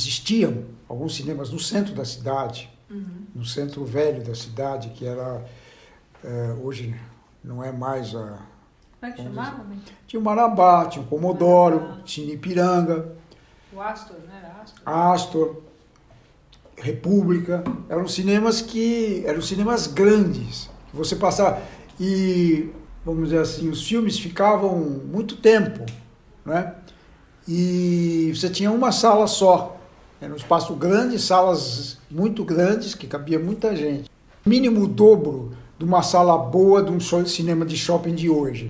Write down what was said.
existiam alguns cinemas no centro da cidade, uhum. no centro velho da cidade, que era. É, hoje não é mais a. Como é que chamava? Tinha o Marabá, tinha o Comodoro, ah. tinha Ipiranga. O Astor, não era Astor? Ah, Astor, República. Eram cinemas que. eram cinemas grandes. Que você passava. E, vamos dizer assim, os filmes ficavam muito tempo, né? E você tinha uma sala só. Era um espaço grande, salas muito grandes, que cabia muita gente. Mínimo o dobro de uma sala boa de um cinema de shopping de hoje.